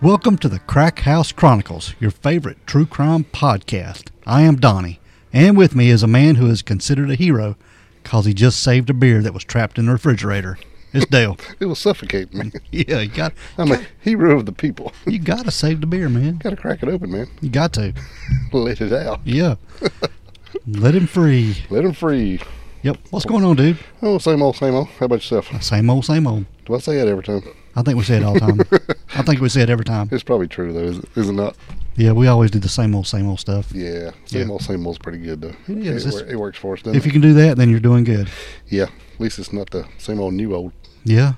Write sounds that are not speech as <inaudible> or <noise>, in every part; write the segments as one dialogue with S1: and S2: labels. S1: Welcome to the Crack House Chronicles, your favorite true crime podcast. I am Donnie, and with me is a man who is considered a hero because he just saved a beer that was trapped in the refrigerator. It's
S2: <laughs>
S1: Dale.
S2: It will suffocate me.
S1: yeah, you got
S2: I'm a hero of the people.
S1: you got to save the beer, man.
S2: Got to crack it open, man. <laughs>
S1: You got to.
S2: Let it out.
S1: Yeah. Let him free.
S2: Let them free.
S1: Yep. What's going on, dude?
S2: Oh, same old, same old. How about yourself?
S1: Same old, same old.
S2: Do I say that every time?
S1: I think we say it all the time. I think we say it every time.
S2: It's probably true though, is it, is it not?
S1: Yeah, we always do the same old, same old stuff.
S2: Yeah. Same
S1: Yeah.
S2: old, same old's pretty good though.
S1: It is.
S2: It,
S1: It's-
S2: wor- it works for us, doesn't
S1: If you
S2: it?
S1: can do that, then you're doing good.
S2: Yeah. At least it's not the same old, new old.
S1: Yeah.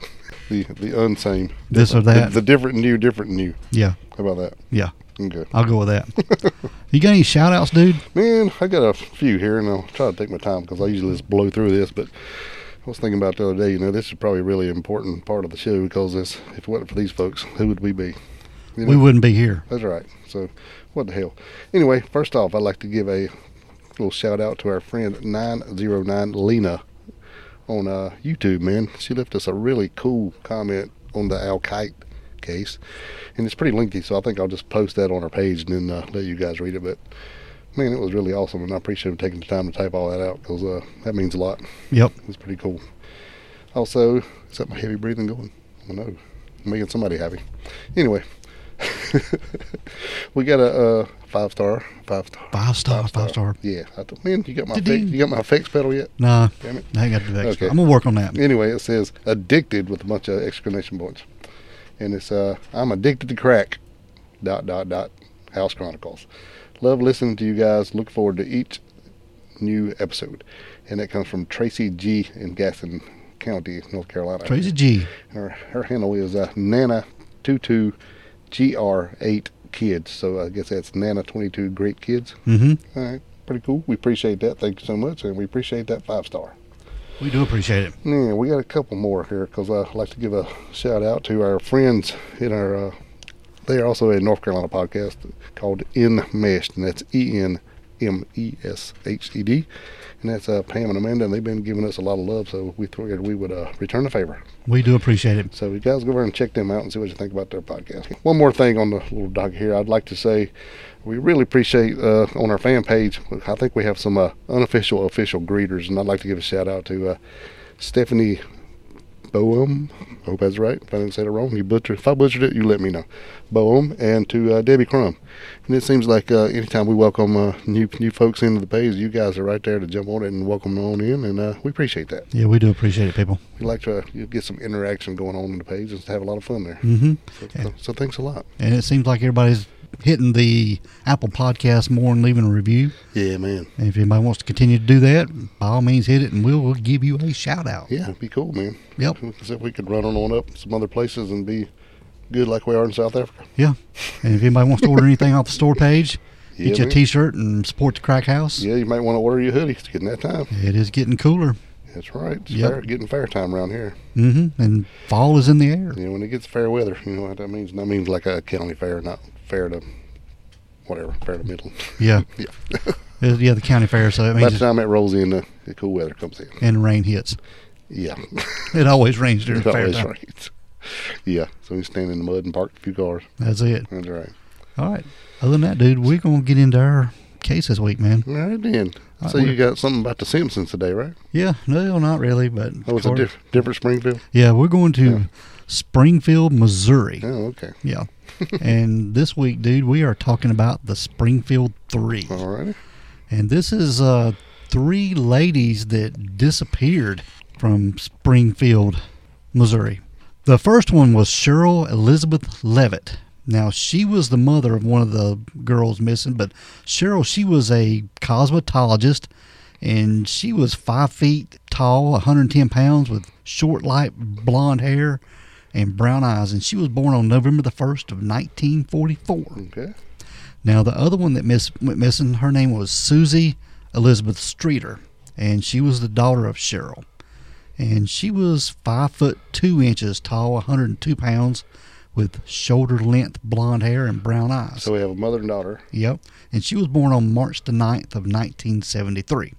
S2: The the unsame.
S1: This or
S2: The,
S1: that.
S2: the different, new, different, new.
S1: Yeah.
S2: How about that?
S1: Yeah.
S2: Okay.
S1: I'll go with that. <laughs> you got any shout outs, dude?
S2: Man, I got a few here, and I'll try to take my time because I usually just blow through this. But I was thinking about the other day, you know, this is probably a really important part of the show because it's, if it wasn't for these folks, who would we be? You
S1: We
S2: know?
S1: wouldn't be here.
S2: That's right. So, what the hell? Anyway, first off, I'd like to give a little shout out to our friend 909 Lena on uh, YouTube, man. She left us a really cool comment on the Al Kite case, and it's pretty lengthy, so I think I'll just post that on our page and then uh, let you guys read it. But, man, it was really awesome, and I appreciate him taking the time to type all that out because uh, that means a lot.
S1: Yep.
S2: It's pretty cool. Also, is that my heavy breathing going? I know. I'm making somebody happy. Anyway, <laughs> we got a uh, five star, five star,
S1: Five star, five star.
S2: Yeah, I thought, man, you got my
S1: Ding.
S2: fix, you got my fix pedal yet?
S1: Nah,
S2: Damn it.
S1: I ain't got to do that. extra.
S2: Okay.
S1: I'm gonna work on that.
S2: Anyway, it says addicted with a bunch of exclamation points, and it's uh, I'm addicted to crack. Dot dot dot. House Chronicles. Love listening to you guys. Look forward to each new episode, and that comes from Tracy G in Gaston County, North Carolina.
S1: Tracy G.
S2: Her, her handle is uh, Nana22GR8Kids. So I guess that's Nana22 Great Kids.
S1: hmm
S2: All right. Pretty cool. We appreciate that. Thank you so much. And we appreciate that five star.
S1: We do appreciate it.
S2: Yeah, we got a couple more here because I'd like to give a shout out to our friends in our. Uh, they are also a North Carolina podcast called Enmeshed, and that's E N M E S H E D. And that's uh, Pam and Amanda, and they've been giving us a lot of love, so we figured we would uh, return the favor.
S1: We do appreciate it.
S2: So you guys go over and check them out and see what you think about their podcast. One more thing on the little dog here, I'd like to say we really appreciate uh, on our fan page. I think we have some uh, unofficial official greeters, and I'd like to give a shout out to uh, Stephanie Boehm. I hope that's right. If I didn't say that wrong, you butchered. If I butchered it, you let me know. Boehm and to uh, Debbie Crumb. And it seems like uh, anytime we welcome uh, new new folks into the page, you guys are right there to jump on it and welcome them on in, and uh, we appreciate that.
S1: Yeah, we do appreciate it, people.
S2: We like to you get some interaction going on in the page and have a lot of fun there.
S1: hmm
S2: So, so, so thanks a lot.
S1: And it seems like everybody's hitting the Apple Podcast more and leaving a review.
S2: Yeah, man.
S1: And if anybody wants to continue to do that, by all means, hit it, and we'll, we'll give you a shout out.
S2: Yeah, it'd be cool, man.
S1: Yep.
S2: As if we could run on, on up some other places and be good like we are in South Africa.
S1: Yeah. And if anybody wants to order anything off the store page,
S2: Yeah,
S1: get you a
S2: man.
S1: T-shirt and support the Crack House.
S2: Yeah, you might want to order your hoodie. It's getting that time.
S1: It is getting cooler.
S2: That's right. It's
S1: Yep.
S2: fair, getting fair time around here.
S1: hmm And fall is in the air.
S2: You know, when it gets fair weather, you know what that means? That means like a county fair, not fair to whatever, fair to middle.
S1: Yeah.
S2: <laughs> Yeah.
S1: It- yeah, the county fair. So it
S2: By
S1: means
S2: the time it rolls in, the, the cool weather comes in.
S1: and rain hits.
S2: Yeah.
S1: It always rains
S2: <laughs>
S1: during the
S2: That's
S1: fair
S2: always
S1: time.
S2: right. Yeah. So we stand in the mud and park a few cars.
S1: That's it.
S2: That's right.
S1: All right. Other than that, dude, we're gonna get into our case this week, man.
S2: All right, then.
S1: All right,
S2: so
S1: we're-
S2: you got something about the Simpsons today, right?
S1: Yeah, no, not really, but
S2: Oh, it's a
S1: Carter-
S2: diff- different Springfield.
S1: yeah, we're going to
S2: Yeah.
S1: Springfield, Missouri.
S2: Oh, okay. <laughs>
S1: Yeah. and this week, dude, we are talking about the Springfield Three.
S2: All righty.
S1: And this is uh, three ladies that disappeared from Springfield, Missouri. The first one was Cheryl Elizabeth Levitt. Now, she was the mother of one of the girls missing, but Cheryl, she was a cosmetologist and she was five feet tall, 110 pounds, with short, light blonde hair and brown eyes. And she was born on November the 1st of 1944.
S2: Okay.
S1: Now, the other one that miss, went missing, her name was Susie Elizabeth Streeter, and she was the daughter of Cheryl. And she was five foot two inches tall, 102 pounds, with shoulder length blonde hair and brown eyes.
S2: So we have a mother and daughter.
S1: Yep. And she was born on March the 9th of 1973.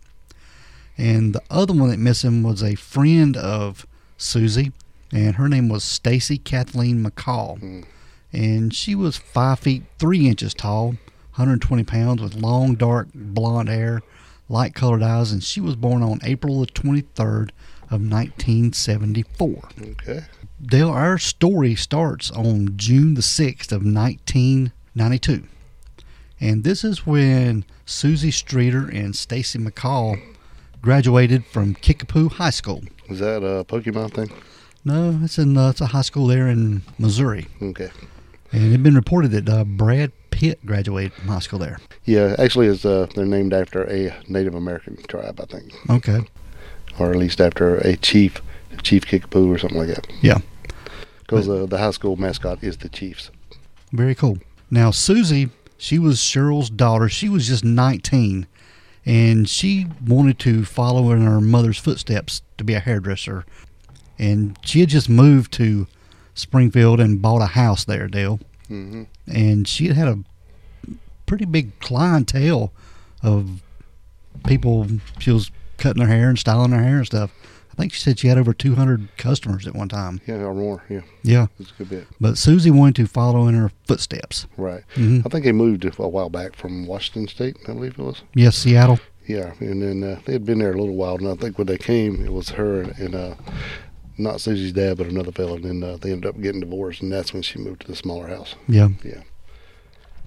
S1: And the other one that missing was a friend of Susie, and her name was Stacy Kathleen McCall. and she was five feet three inches tall, 120 pounds, with long, dark blonde hair, light colored eyes, and she was born on April the 23rd of 1974.
S2: Okay.
S1: Dale, our story starts on June the 6th of 1992. And this is when Susie Streeter and Stacy McCall graduated from Kickapoo High School.
S2: Is that a Pokemon thing?
S1: No, it's in uh, it's a high school there in Missouri.
S2: Okay.
S1: And it had been reported that uh, Brad Pitt graduated from high school there.
S2: Yeah, actually, it's, uh, they're named after a Native American tribe, I think,
S1: Okay.
S2: or at least after a chief, Chief Kickapoo or something like that.
S1: Yeah.
S2: Because uh, the high school mascot is the Chiefs.
S1: Very cool. Now, Susie, she was Cheryl's daughter. She was just 19, and she wanted to follow in her mother's footsteps to be a hairdresser. And she had just moved to Springfield and bought a house there, Dale.
S2: hmm
S1: And she had had a pretty big clientele of people. She was cutting their hair and styling their hair and stuff. I think she said she had over 200 customers at one time.
S2: Yeah, or more. Yeah,
S1: Yeah.
S2: it's a good bit.
S1: But Susie wanted to follow in her footsteps.
S2: Right.
S1: Mhm.
S2: I think they moved a while back from Washington State, I believe it was.
S1: Yes, Seattle.
S2: Yeah, and then uh, they had been there a little while, and I think when they came, it was her and, and uh, not Susie's dad, but another fellow, and then uh, they ended up getting divorced, and that's when she moved to the smaller house.
S1: Yeah.
S2: Yeah.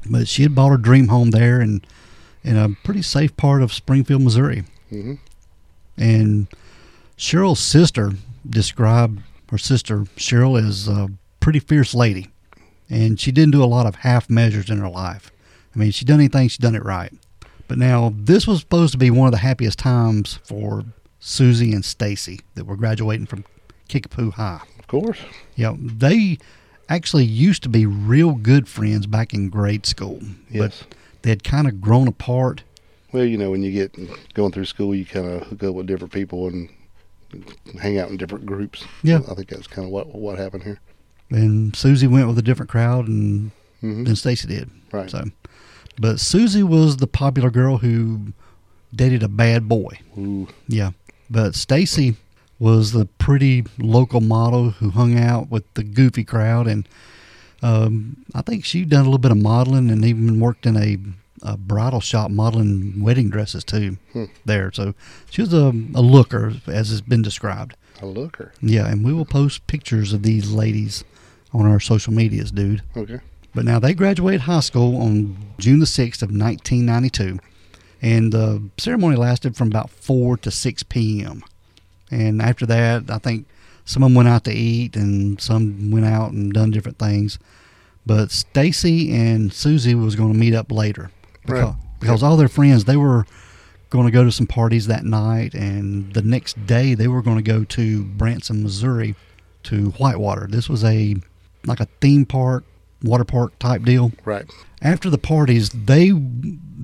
S1: But she had bought her dream home there and in a pretty safe part of Springfield, Missouri.
S2: hmm
S1: And Cheryl's sister described her sister, Cheryl, as a pretty fierce lady. And she didn't do a lot of half measures in her life. I mean, she done anything, she done it right. But now this was supposed to be one of the happiest times for Susie and Stacy that were graduating from Kickapoo High.
S2: Of course.
S1: Yeah, they actually used to be real good friends back in grade school.
S2: Yes.
S1: But they had kind of grown apart.
S2: Well, you know, when you get going through school, you kind of hook up with different people and hang out in different groups.
S1: Yeah.
S2: I think that's kind of what what happened here.
S1: And Susie went with a different crowd and
S2: hmm
S1: than Stacy did.
S2: Right.
S1: So, but Susie was the popular girl who dated a bad boy.
S2: Ooh.
S1: Yeah. But Stacy was the pretty local model who hung out with the goofy crowd. And um, I think she done a little bit of modeling and even worked in a, a bridal shop modeling wedding dresses too
S2: Hmm.
S1: there. So she was a, a looker, as has been described.
S2: I look her.
S1: Yeah. And we will post pictures of these ladies on our social medias, dude.
S2: Okay.
S1: But now they graduated high school on June the 6th of 1992, and the ceremony lasted from about 4 to 6 p.m. And after that, I think some of them went out to eat and some went out and done different things. But Stacy and Susie was going to meet up later because,
S2: Right.
S1: because all their friends, they were going to go to some parties that night and the next day they were going to go to Branson, Missouri to Whitewater. This was a like a theme park, water park type deal.
S2: Right.
S1: After the parties, they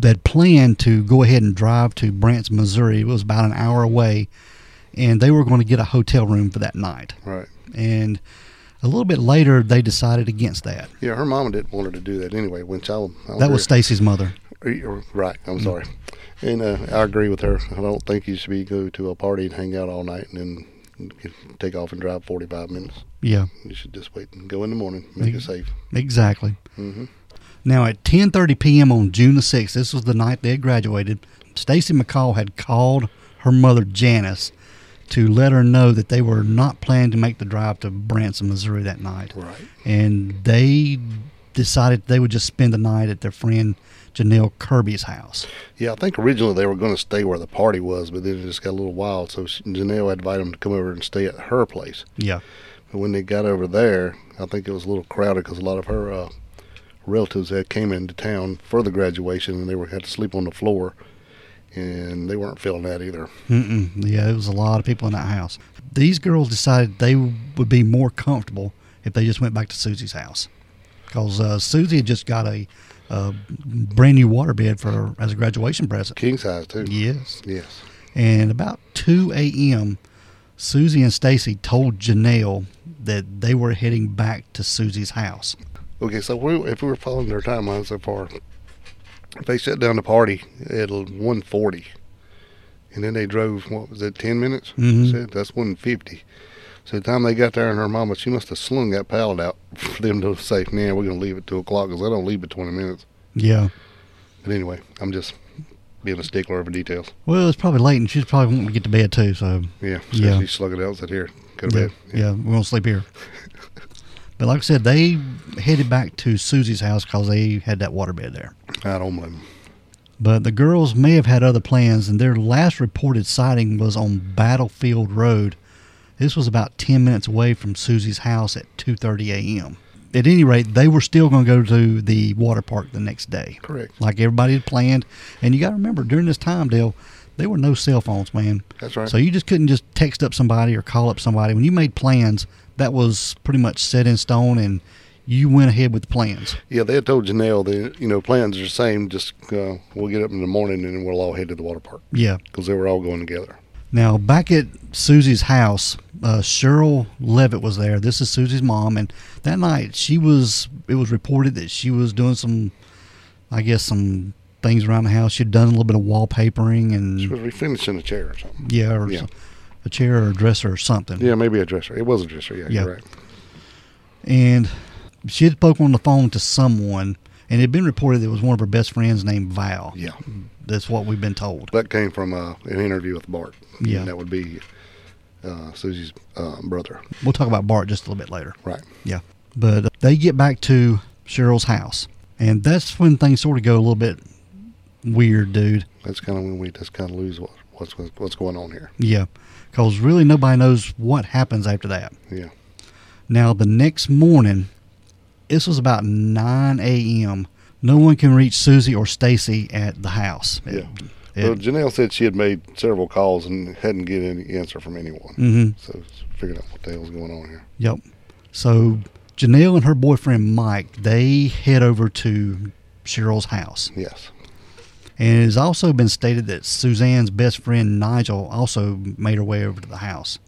S1: had planned to go ahead and drive to Branson, Missouri. It was about an hour away, and they were going to get a hotel room for that night.
S2: Right.
S1: And a little bit later, they decided against that.
S2: Yeah, her mama didn't want her to do that anyway. When child, I
S1: That was
S2: agree-
S1: Stacy's mother.
S2: You're oh, Right. I'm sorry. And uh, I agree with her. I don't think you should be go to a party and hang out all night and then take off and drive 45 minutes.
S1: Yeah,
S2: You should just wait and go in the morning. Make it safe.
S1: exactly.
S2: hmm
S1: Now at 10:30 p.m. on June the 6th, this was the night they had graduated. Stacy McCall had called her mother Janice to let her know that they were not planning to make the drive to Branson, Missouri that night.
S2: Right.
S1: and they decided they would just spend the night at their friend Janelle Kirby's house.
S2: Yeah, I think originally they were going to stay where the party was, but then it just got a little wild. So she- Janelle had invited them to come over and stay at her place.
S1: Yeah,
S2: But when they got over there, I think it was a little crowded because a lot of her uh, relatives had came into town for the graduation, and they were had to sleep on the floor, and they weren't feeling that either.
S1: Mm-mm. yeah, it was a lot of people in that house. These girls decided they would be more comfortable if they just went back to Susie's house, because uh, Susie had just got a, uh brand new waterbed for her as a graduation present.
S2: King size too.
S1: Yes,
S2: Yes.
S1: and about 2 a.m., Susie and Stacy told Janelle that they were heading back to Susie's house.
S2: Okay, so we, if we were following their timeline so far, they shut down the party at 1:40, and then they drove. What was it? Ten minutes.
S1: Mhm.
S2: Said that's 1:50. So the time they got there and her mama, she must have slung that pallet out <laughs> for them to say, man, we're going to leave at 2 o'clock because I don't leave at 20 minutes.
S1: Yeah.
S2: But anyway, I'm just being a stickler over details.
S1: Well, it's probably late, and she's probably wanting to get to bed too. So
S2: Yeah. So
S1: Yeah.
S2: she slung it out and said, here, go to
S1: yeah,
S2: bed.
S1: yeah, we're gonna sleep here. but like I said, they headed back to Susie's house because they had that waterbed there.
S2: I don't blame 'em.
S1: But the girls may have had other plans, and their last reported sighting was on Battlefield Road. This was about 10 minutes away from Susie's house at 2:30 a.m. At any rate, they were still going to go to the water park the next day,
S2: Correct.
S1: like everybody had planned. And you got to remember, during this time, Dale, there were no cell phones, man.
S2: That's right.
S1: So you just couldn't just text up somebody or call up somebody. When you made plans, that was pretty much set in stone, and you went ahead with the plans.
S2: Yeah, they had told Janelle that you know plans are the same. Just uh, we'll get up in the morning and we'll all head to the water park
S1: Yeah.
S2: because they were all going together.
S1: Now, back at Susie's house, uh, Cheryl Levitt was there. This is Susie's mom, and that night she was. It was reported that she was doing some, I guess, some things around the house. She'd done a little bit of wallpapering
S2: She
S1: and
S2: was refinishing a chair or something.
S1: yeah, or
S2: Yeah.
S1: a chair or a dresser or something.
S2: Yeah, maybe a dresser. It was a dresser. Yeah,
S1: Yeah.
S2: you're right.
S1: And she had spoken on the phone to someone, and it had been reported that it was one of her best friends named Val.
S2: Yeah,
S1: That's what we've been told.
S2: that came from uh, an interview with Bart.
S1: Yeah.
S2: and that would be uh, Susie's uh, brother.
S1: We'll talk about Bart just a little bit later.
S2: Right.
S1: Yeah. But uh, they get back to Cheryl's house. And that's when things sort of go a little bit weird, dude.
S2: That's kind of when we just kind of lose what, what's what's going on here.
S1: Yeah. Because really nobody knows what happens after that.
S2: Yeah,
S1: Now, the next morning, this was about 9 a.m. No one can reach Susie or Stacy at the house.
S2: Yeah.
S1: It-
S2: well, Janelle said she had made several calls and hadn't get any answer from anyone.
S1: Mhm.
S2: So figured out what the hell's going on here.
S1: Yep. So Janelle and her boyfriend Mike, they head over to Cheryl's house.
S2: Yes,
S1: And it has also been stated that Suzanne's best friend Nigel also made her way over to the house.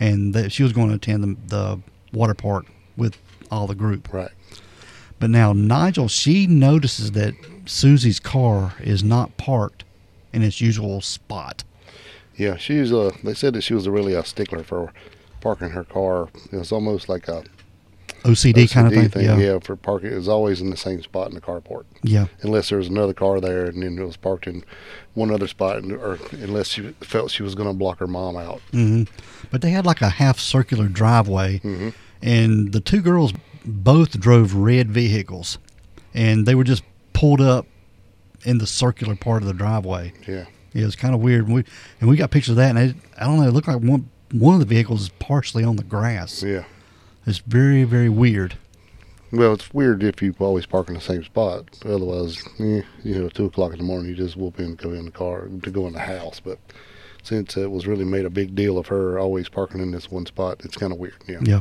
S1: And that she was going to attend the, the water park with all the group.
S2: right.
S1: But now Nigel, she notices that Susie's car is not parked in its usual spot.
S2: Yeah, she's uh they said that she was a really a stickler for parking her car. It's almost like a
S1: OCD, kind of
S2: OCD
S1: thing. Yeah. yeah.
S2: for parking. It's always in the same spot in the carport,
S1: Yeah.
S2: unless there was another car there, and then it was parked in one other spot, and, or unless she felt she was going to block her mom out.
S1: hmm But they had like a half circular driveway, and the two girls both drove red vehicles, and they were just pulled up in the circular part of the driveway.
S2: Yeah,
S1: It was kind of weird. And we and we got pictures of that, and it, I don't know. It looked like one one of the vehicles is partially on the grass.
S2: yeah.
S1: It's very very weird.
S2: Well, it's weird if you always park in the same spot. Otherwise, eh, you know, two o'clock in the morning, you just whoop in, go in the car to go in the house. But since it was really made a big deal of her always parking in this one spot, it's kind of weird. Yeah.
S1: Yeah.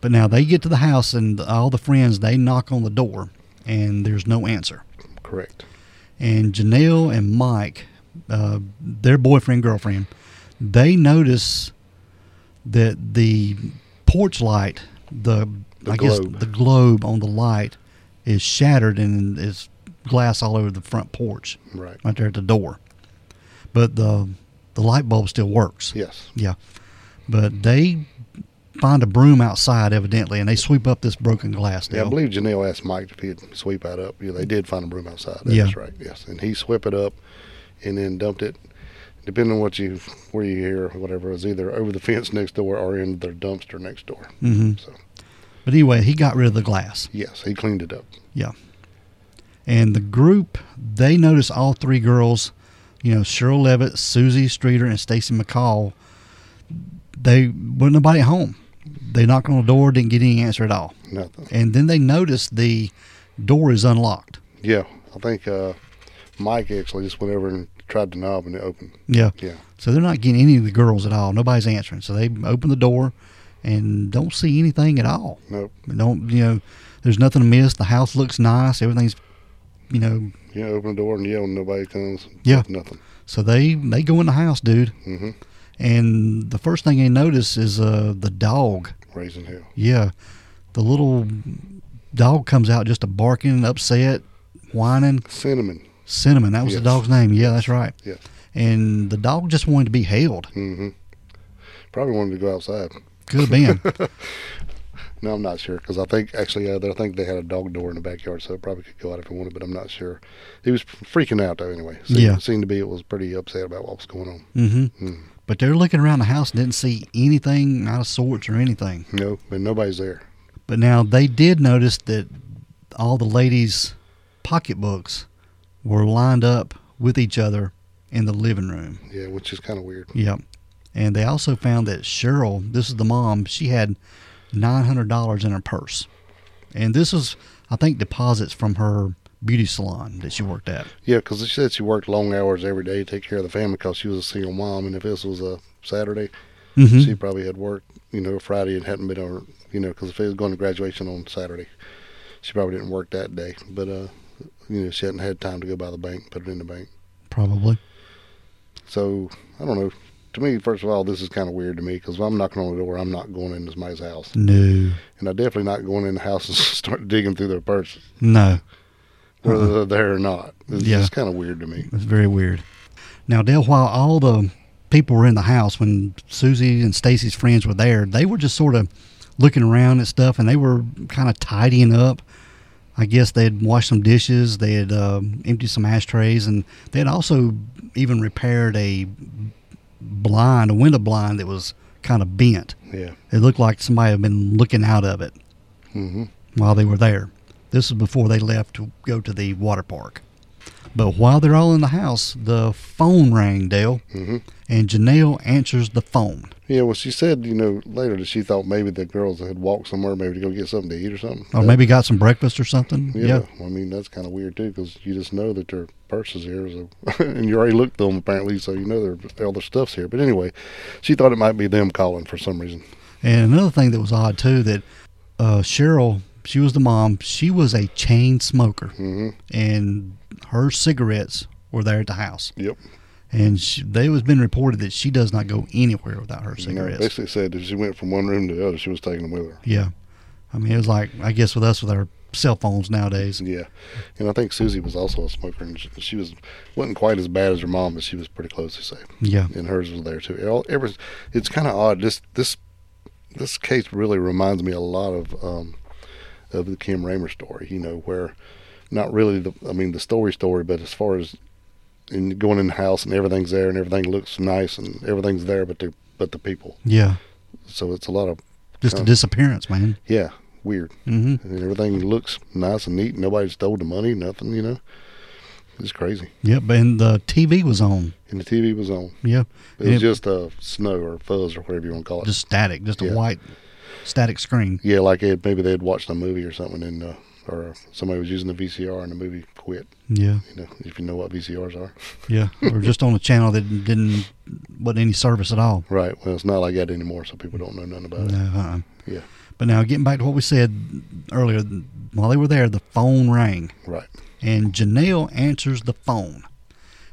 S1: But now they get to the house, and all the friends they knock on the door, and there's no answer.
S2: correct.
S1: and Janelle and Mike, uh, their boyfriend girlfriend, they notice that the porch light, the,
S2: The
S1: I
S2: globe.
S1: guess the globe on the light, is shattered and is glass all over the front porch,
S2: Right.
S1: right there at the door. But the the light bulb still works.
S2: Yes.
S1: Yeah. But they find a broom outside evidently, and they sweep up this broken glass.
S2: Yeah, I
S1: Dale.
S2: believe Janelle asked Mike if he'd sweep that up. Yeah, they did find a broom outside. That's
S1: Yeah.
S2: right. Yes, and he swept it up, and then dumped it. Depending on what you where you hear, or whatever, it was either over the fence next door or in their dumpster next door.
S1: Mhm.
S2: So
S1: But anyway, he got rid of the glass.
S2: yes, he cleaned it up.
S1: Yeah. And the group, they notice all three girls, you know, Cheryl Levitt, Susie Streeter, and Stacy McCall, they were nobody at home. They knocked on the door, didn't get any answer at all.
S2: Nothing.
S1: And then they notice the door is unlocked.
S2: Yeah, I think uh, Mike actually just went over and tried the knob and it opened.
S1: Yeah.
S2: Yeah,
S1: So they're not getting any of the girls at all. Nobody's answering. So they open the door and don't see anything at all.
S2: nope.
S1: Don't, you know, there's nothing amiss. The house looks nice. Everything's, you know,
S2: You open the door and yell, and nobody comes.
S1: Yeah.
S2: nothing.
S1: so they, they go in the house, dude.
S2: hmm
S1: and the first thing they notice is uh, the dog.
S2: Raising hell.
S1: Yeah, the little dog comes out just a barking, upset, whining.
S2: Cinnamon.
S1: Cinnamon, that was
S2: Yes.
S1: the dog's name. Yeah, that's right.
S2: Yes.
S1: And the dog just wanted to be held.
S2: hmm Probably Mm-hmm. wanted to go outside.
S1: Could have been.
S2: No, I'm not sure because I think actually uh, I think they had a dog door in the backyard, so it probably could go out if it wanted. But I'm not sure. He was freaking out though. Anyway, seemed,
S1: Yeah.
S2: seemed to be it was pretty upset about what was going on.
S1: hmm
S2: Mm.
S1: But they're looking around the house and didn't see anything out of sorts or anything.
S2: No, and nobody's there.
S1: But now they did notice that all the ladies' pocketbooks were lined up with each other in the living room.
S2: Yeah, which is kind of weird.
S1: Yep. And they also found that Cheryl, this is the mom, she had $900 in her purse. And this was, I think, deposits from her beauty salon that she worked at.
S2: Yeah, because she said she worked long hours every day to take care of the family because she was a single mom, and if this was a Saturday,
S1: Mhm.
S2: she probably had worked, you know, Friday and hadn't been on, you know, because if it was going to graduation on Saturday, she probably didn't work that day. But uh, you know, she hadn't had time to go by the bank, put it in the bank.
S1: Probably.
S2: So I don't know. To me, first of all, this is kind of weird to me because if I'm knocking on the door, I'm not going into somebody's house,
S1: No.
S2: and I'm definitely not going in the house and <laughs> start digging through their purse,
S1: No.
S2: whether they're there or not.
S1: Uh-huh.
S2: It's
S1: Yeah.
S2: just kind of weird to me.
S1: It's very weird. Now, Dale, while all the people were in the house, when Susie and Stacy's friends were there, they were just sort of looking around and stuff, and they were kind of tidying up. I guess they had washed some dishes, they had uh, emptied some ashtrays, and they had also even repaired a blind, a window blind that was kind of bent.
S2: Yeah.
S1: It looked like somebody had been looking out of it
S2: hmm
S1: while they were there. This was before they left to go to the water park. But while they're all in the house, the phone rang, Dale,
S2: hmm
S1: and Janelle answers the phone.
S2: Yeah. Well, she said, you know, later that she thought maybe the girls had walked somewhere, maybe to go get something to eat or something.
S1: Or maybe got some breakfast or something.
S2: Yeah.
S1: Oh, Yeah.
S2: I mean, that's kind of weird too because you just know that their purse is here, so, <laughs> and you already looked through them apparently, so you know their all their stuff's here. But anyway, she thought it might be them calling for some reason.
S1: And another thing that was odd, too, that uh, Cheryl, she was the mom, she was a chain smoker,
S2: hmm
S1: and her cigarettes were there at the house.
S2: Yep.
S1: And she, they was been reported that she does not go anywhere without her
S2: You know,
S1: cigarettes.
S2: basically said if she went from one room to the other, she was taking them with her.
S1: yeah. I mean, it was like, I guess with us with our cell phones nowadays.
S2: Yeah, and I think Susie was also a smoker, and she, she was wasn't quite as bad as her mom, but she was pretty close to safe.
S1: Yeah.
S2: And hers was there too. It all, it was, it's kind of odd. This this this case really reminds me a lot of um, of the Kim Raymer story. You know, where not really the I mean the story story, but as far as and going in the house and everything's there and everything looks nice and everything's there, but the but the people.
S1: Yeah.
S2: So it's a lot of
S1: Just a
S2: Yeah.
S1: disappearance, man.
S2: yeah weird.
S1: hmm
S2: and everything looks nice and neat. Nobody stole the money, nothing, you know. It's crazy.
S1: Yep. And the TV was on.
S2: And the TV was on.
S1: Yeah.
S2: It was
S1: Yeah.
S2: just uh, snow or fuzz or whatever you want to call it.
S1: Just static, just a
S2: Yeah.
S1: white static screen.
S2: yeah, like it, maybe they had watched a movie or something, and uh, or somebody was using the VCR and the movie quit.
S1: Yeah.
S2: You know, if you know what VCRs are.
S1: Yeah. or just on a channel that didn't, wasn't any service at all.
S2: Right. Well, it's not like that anymore, so people don't know nothing about
S1: No,
S2: it.
S1: uh-uh.
S2: Yeah.
S1: But now getting back to what we said earlier, while they were there, the phone rang
S2: Right.
S1: and Janelle answers the phone.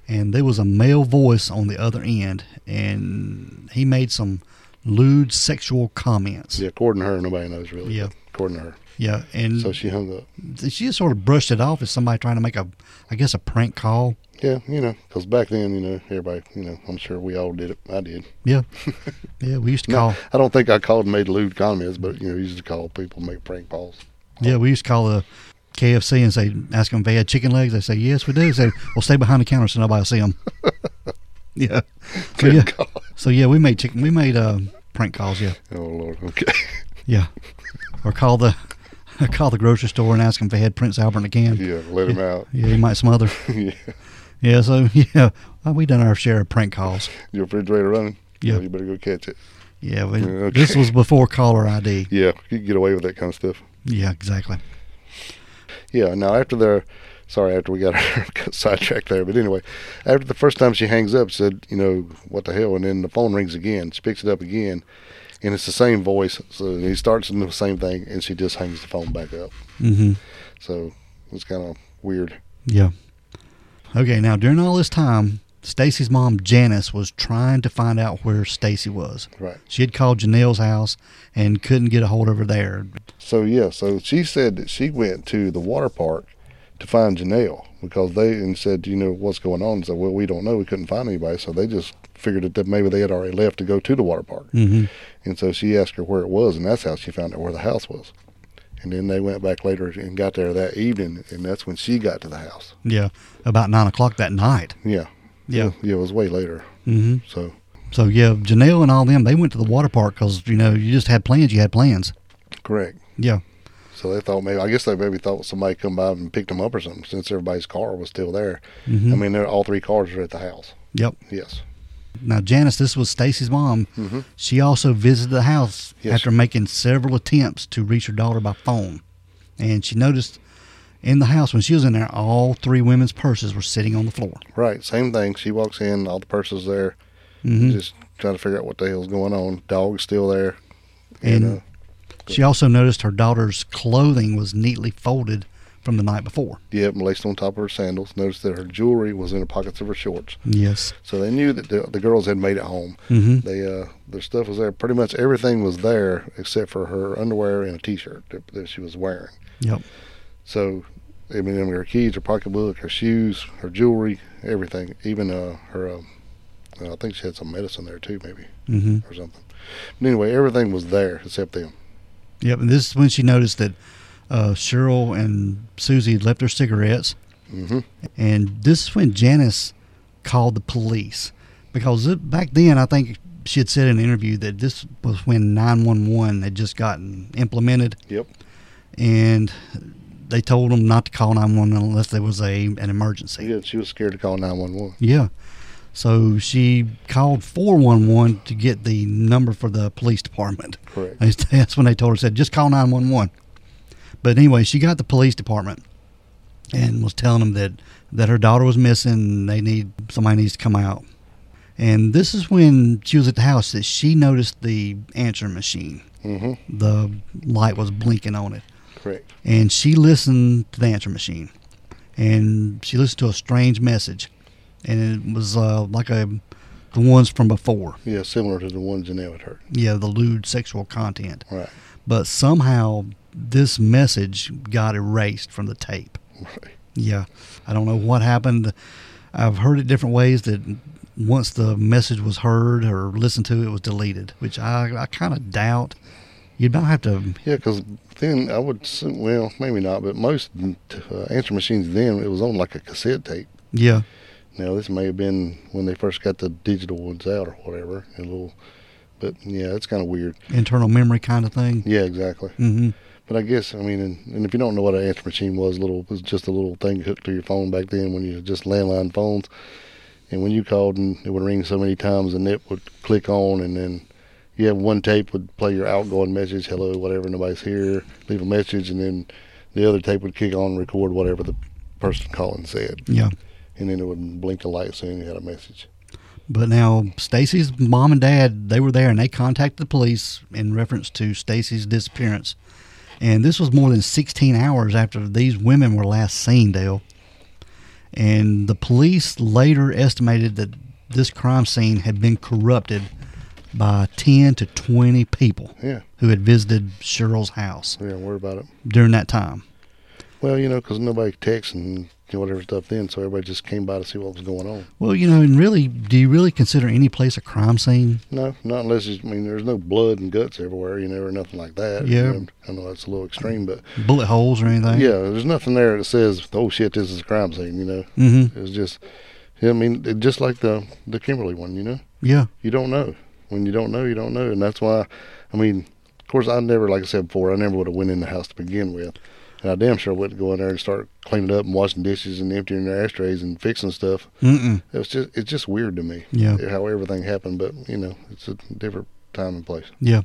S1: And there was a male voice on the other end, and he made some lewd sexual comments.
S2: Yeah, according to her, nobody knows really.
S1: Yeah. Mm.
S2: According to her.
S1: Yeah, and
S2: So she hung up.
S1: she just sort of brushed it off as somebody trying to make a, I guess, a prank call.
S2: Yeah, you know, because back then, you know, everybody, you know, I'm sure we all did it. I did. <laughs>
S1: Yeah, yeah, we used to
S2: No,
S1: call.
S2: I don't think I called and made lewd comments, but you know, you used to call people make prank calls.
S1: Yeah, we used to call the KFC and say, ask them if they had chicken legs. They say, yes, we do. They say, well, stay behind the counter so nobody will see
S2: <laughs>
S1: them. yeah. So
S2: Good
S1: yeah,
S2: God.
S1: so yeah, we made chicken. We made uh, prank calls. Yeah,
S2: Oh Lord. <laughs> Okay.
S1: yeah. Or call the <laughs> or call the grocery store and ask them if they had Prince Albert in a can. Yeah,
S2: Yeah, let him
S1: <laughs>
S2: out. <laughs>
S1: he might smother.
S2: yeah.
S1: Yeah, so <laughs> yeah, well, we done our share of prank calls.
S2: Your refrigerator running.
S1: Yeah.
S2: Well, you better go catch it.
S1: Yeah, we,
S2: Yeah,
S1: this
S2: okay.
S1: was before caller ID.
S2: Yeah, you can get away with that kind of stuff.
S1: Yeah, exactly.
S2: Yeah. Now after the, sorry, after we got <laughs> got sidetracked there, but anyway, after the first time she hangs up, she said, you know, what the hell, and then the phone rings again. She picks it up again, and it's the same voice. So he starts in the same thing, and she just hangs the phone back up.
S1: Mm-hmm.
S2: So it's kind of weird.
S1: Yeah. Okay, now during all this time, Stacy's mom Janice was trying to find out where Stacy was.
S2: Right.
S1: She had called Janelle's house and couldn't get a hold of her there.
S2: So yeah, so she said that she went to the water park to find Janelle because they and said, you know, what's going on? And said, well, we don't know. We couldn't find anybody. So they just figured that maybe they had already left to go to the water park.
S1: Mm-hmm.
S2: And so she asked her where it was, and that's how she found out where the house was. And then they went back later and got there that evening, and that's when she got to the house.
S1: Yeah, about nine o'clock that night.
S2: Yeah.
S1: Yeah.
S2: Yeah, it was way later.
S1: Mm-hmm.
S2: So,
S1: So yeah, Janelle and all them they went to the water park because you know you just had plans. You had plans.
S2: correct.
S1: Yeah.
S2: So they thought maybe, I guess they maybe thought somebody come by and picked them up or something since everybody's car was still there.
S1: Mm-hmm.
S2: I mean, they're, all three cars are at the house.
S1: Yep.
S2: Yes.
S1: Now Janice, this was Stacy's mom.
S2: Mhm.
S1: She also visited the house
S2: Yes.
S1: after making several attempts to reach her daughter by phone, and she noticed in the house when she was in there, all three women's purses were sitting on the floor.
S2: Right. Same thing. She walks in, all the purses there,
S1: Mm-hmm.
S2: just trying to figure out what the hell's going on. Dog's still there. uh,
S1: And- She also noticed her daughter's clothing was neatly folded from the night before.
S2: Yep, and laced on top of her sandals. Noticed that her jewelry was in the pockets of her shorts.
S1: Yes.
S2: So they knew that the, the girls had made it home.
S1: Mm-hmm.
S2: They uh, their stuff was there. Pretty much everything was there except for her underwear and a T-shirt that, that she was wearing.
S1: Yep.
S2: So, I mean, her keys, her pocketbook, her shoes, her jewelry, everything. Even uh, her, uh, I think she had some medicine there too, maybe
S1: Mm-hmm.
S2: or something. But anyway, everything was there except them.
S1: Yep. And this is when she noticed that uh, Cheryl and Susie had left their cigarettes.
S2: hmm
S1: And this is when Janice called the police because it, back then, I think she had said in an interview that this was when 911 had just gotten implemented
S2: Yep.
S1: and they told them not to call 911 unless there was a an emergency.
S2: Yeah, she was scared to call nine one one.
S1: Yeah. So she called 411 to get the number for the police department.
S2: Correct.
S1: <laughs> That's when they told her, said, just call 911. But anyway, she got the police department and was telling them that, that her daughter was missing. They need somebody needs to come out. And this is when she was at the house that she noticed the answering machine.
S2: hmm
S1: The light was blinking on it.
S2: Correct.
S1: And she listened to the answering machine. And she listened to a strange message. And it was uh, like a, the ones from before.
S2: Yeah, similar to the ones Janelle had heard.
S1: Yeah, the lewd sexual content.
S2: Right.
S1: but somehow this message got erased from the tape.
S2: Right. <laughs>
S1: Yeah, I don't know what happened. I've heard it different ways that once the message was heard or listened to, it was deleted, which I, I kind of doubt. You'd about have to,
S2: Yeah, because then I would, assume- well, maybe not, but most uh, answer machines then it was on like a cassette tape.
S1: yeah,
S2: Now this may have been when they first got the digital ones out or whatever, a little. But yeah, it's kind of weird.
S1: internal memory kind of thing.
S2: Yeah, exactly.
S1: Mm-hmm.
S2: But I guess I mean, and, and if you don't know what an answer machine was, little it was just a little thing hooked to your phone back then when you was just landline phones. And when you called, and it would ring so many times, and it would click on, and then you have one tape would play your outgoing message, hello, whatever, nobody's here, leave a message, and then the other tape would kick on, and record whatever the person calling said,
S1: Yeah,
S2: and then it would blink the light saying you had a message.
S1: but now Stacy's mom and dad they were there and they contacted the police in reference to Stacy's disappearance, and this was more than 16 hours after these women were last seen, Dale. And the police later estimated that this crime scene had been corrupted by 10 to 20 people
S2: Yeah,
S1: who had visited Cheryl's house
S2: yeah, worry about it.
S1: during that time.
S2: Well, you know, because nobody texts and whatever stuff then, so everybody just came by to see what was going on.
S1: Well, you know, and really, do you really consider any place a crime scene?
S2: No, not unless it's, I mean, there's no blood and guts everywhere, you know, or nothing like that.
S1: Yeah.
S2: I know that's a little extreme, but
S1: Bullet holes or anything?
S2: yeah, there's nothing there that says, oh shit, this is a crime scene, you know.
S1: hmm
S2: It's just, I mean, it, just like the, the Kimberly one, you know,
S1: Yeah.
S2: you don't know. When you don't know, you don't know. And that's why, I mean, of course, I never, like I said before, I never would have went in the house to begin with. And I damn sure wouldn't go in there and start cleaning up and washing dishes and emptying their ashtrays and fixing stuff.
S1: Mm-mm.
S2: It was just, it's just weird to me
S1: Yeah.
S2: how everything happened, but, you know, it's a different time and place.
S1: Yeah.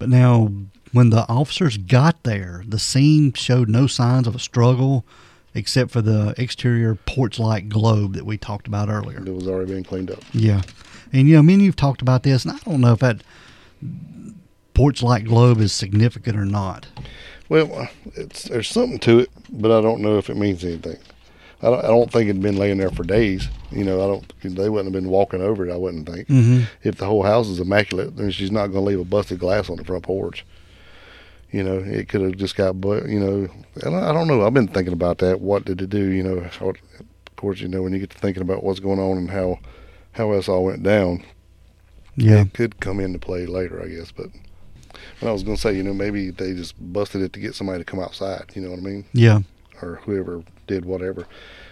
S1: But now, when the officers got there, the scene showed no signs of a struggle except for the exterior porch light globe that we talked about earlier.
S2: It was already being cleaned up.
S1: Yeah. And, you know, me and you've talked about this, and I don't know if that porch light globe is significant or not.
S2: Well, it's there's something to it, but I don't know if it means anything. I don't, I don't think it'd been laying there for days. You know, I don't. They wouldn't have been walking over it. I wouldn't think.
S1: Mm-hmm.
S2: If the whole house is immaculate, then she's not going to leave a busted glass on the front porch. You know, it could have just got, but you know, and I I don't know. I've been thinking about that. What did it do? You know, how, of course, you know when you get to thinking about what's going on and how how this all went down,
S1: Yeah.
S2: it could come into play later, I guess. But but I was gonna say, you know, maybe they just busted it to get somebody to come outside. You know what I mean?
S1: Yeah.
S2: Or whoever did whatever,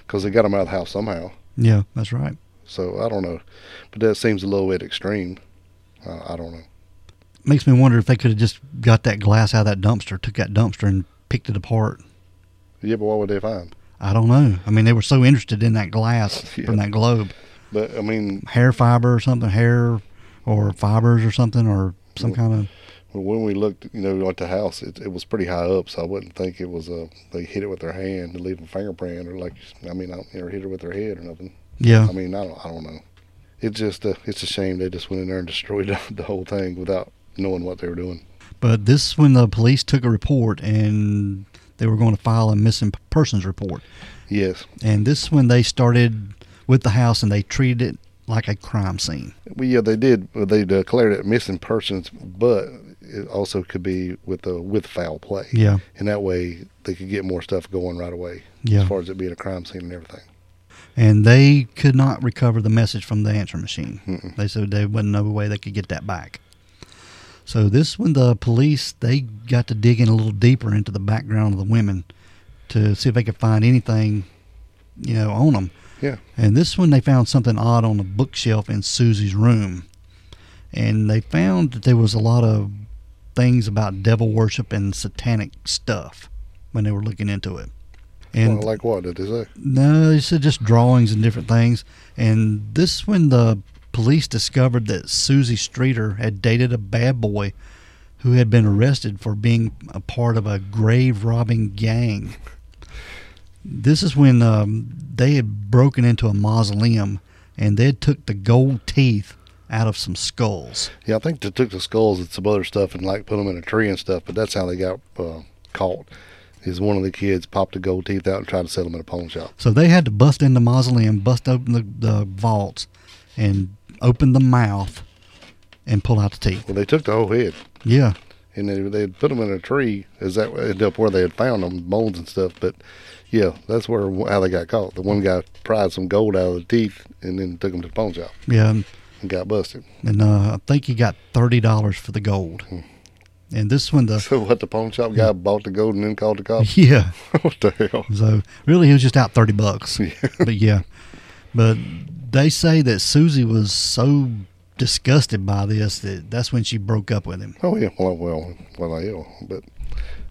S2: because they got them out of the house somehow.
S1: Yeah. That's right.
S2: So I don't know, but that seems a little bit extreme. I I don't know.
S1: Makes me wonder if they could have just got that glass out of that dumpster, took that dumpster and picked it apart.
S2: Yeah, but what would they find?
S1: I don't know. I mean, they were so interested in that glass
S2: Yeah.
S1: from that globe,
S2: But I mean,
S1: hair fiber or something, hair or fibers or something, or some kind of
S2: when we looked, you know, at the house, it, it was pretty high up, so I wouldn't think it was a they hit it with their hand to leave a fingerprint or like I mean, I, or hit it with their head or nothing.
S1: yeah,
S2: I mean, I don't, I don't know. It's just a, it's a shame they just went in there and destroyed <laughs> the, the whole thing without knowing what they were doing.
S1: But this is when the police took a report and they were going to file a missing persons report.
S2: Yes,
S1: And this is when they started with the house and they treated it like a crime scene.
S2: well, yeah, they did. but They declared it missing persons, but it also could be with the with foul play.
S1: Yeah,
S2: and that way they could get more stuff going right away
S1: yeah.
S2: as far as it being a crime scene and everything.
S1: And they could not recover the message from the answer machine.
S2: Mm-mm.
S1: Mm-hmm. They said there wasn't no way they could get that back. So this when the police they got to digging a little deeper into the background of the women to see if they could find anything, you know, on them.
S2: Yeah.
S1: And this one they found something odd on a bookshelf in Susie's room, and they found that there was a lot of things about devil worship and satanic stuff when they were looking into it. And
S2: well, like what did they say?
S1: no, they said just drawings and different things. And this is when the police discovered that Susie Streeter had dated a bad boy who had been arrested for being a part of a grave robbing gang. This is when um, they had broken into a mausoleum and they had took the gold teeth out of some skulls.
S2: Yeah, I think they took the skulls and some other stuff and like put them in a tree and stuff, but that's how they got uh, caught. Is one of the kids popped the gold teeth out and tried to sell them at a pawn shop.
S1: So they had to bust in the mausoleum, bust open the, the vaults, and open the mouth and pull out the teeth.
S2: Well, they took the whole head
S1: Yeah.
S2: and they they put them in a tree. Is that ended up where they had found them bones and stuff? But yeah, that's where how they got caught. The one guy pried some gold out of the teeth and then took them to the pawn shop
S1: Yeah.
S2: and got busted. <laughs>
S1: and uh, I think he got thirty dollars for the gold. And this one, the
S2: So what? The pawn shop guy bought the gold and then called the
S1: <laughs>
S2: cops. <laughs>
S1: yeah,
S2: what the hell?
S1: so really he was just out thirty bucks. But yeah, but they say that Susie was so disgusted by this that that's when she broke up with him.
S2: Oh yeah, well, well, well, I ill, but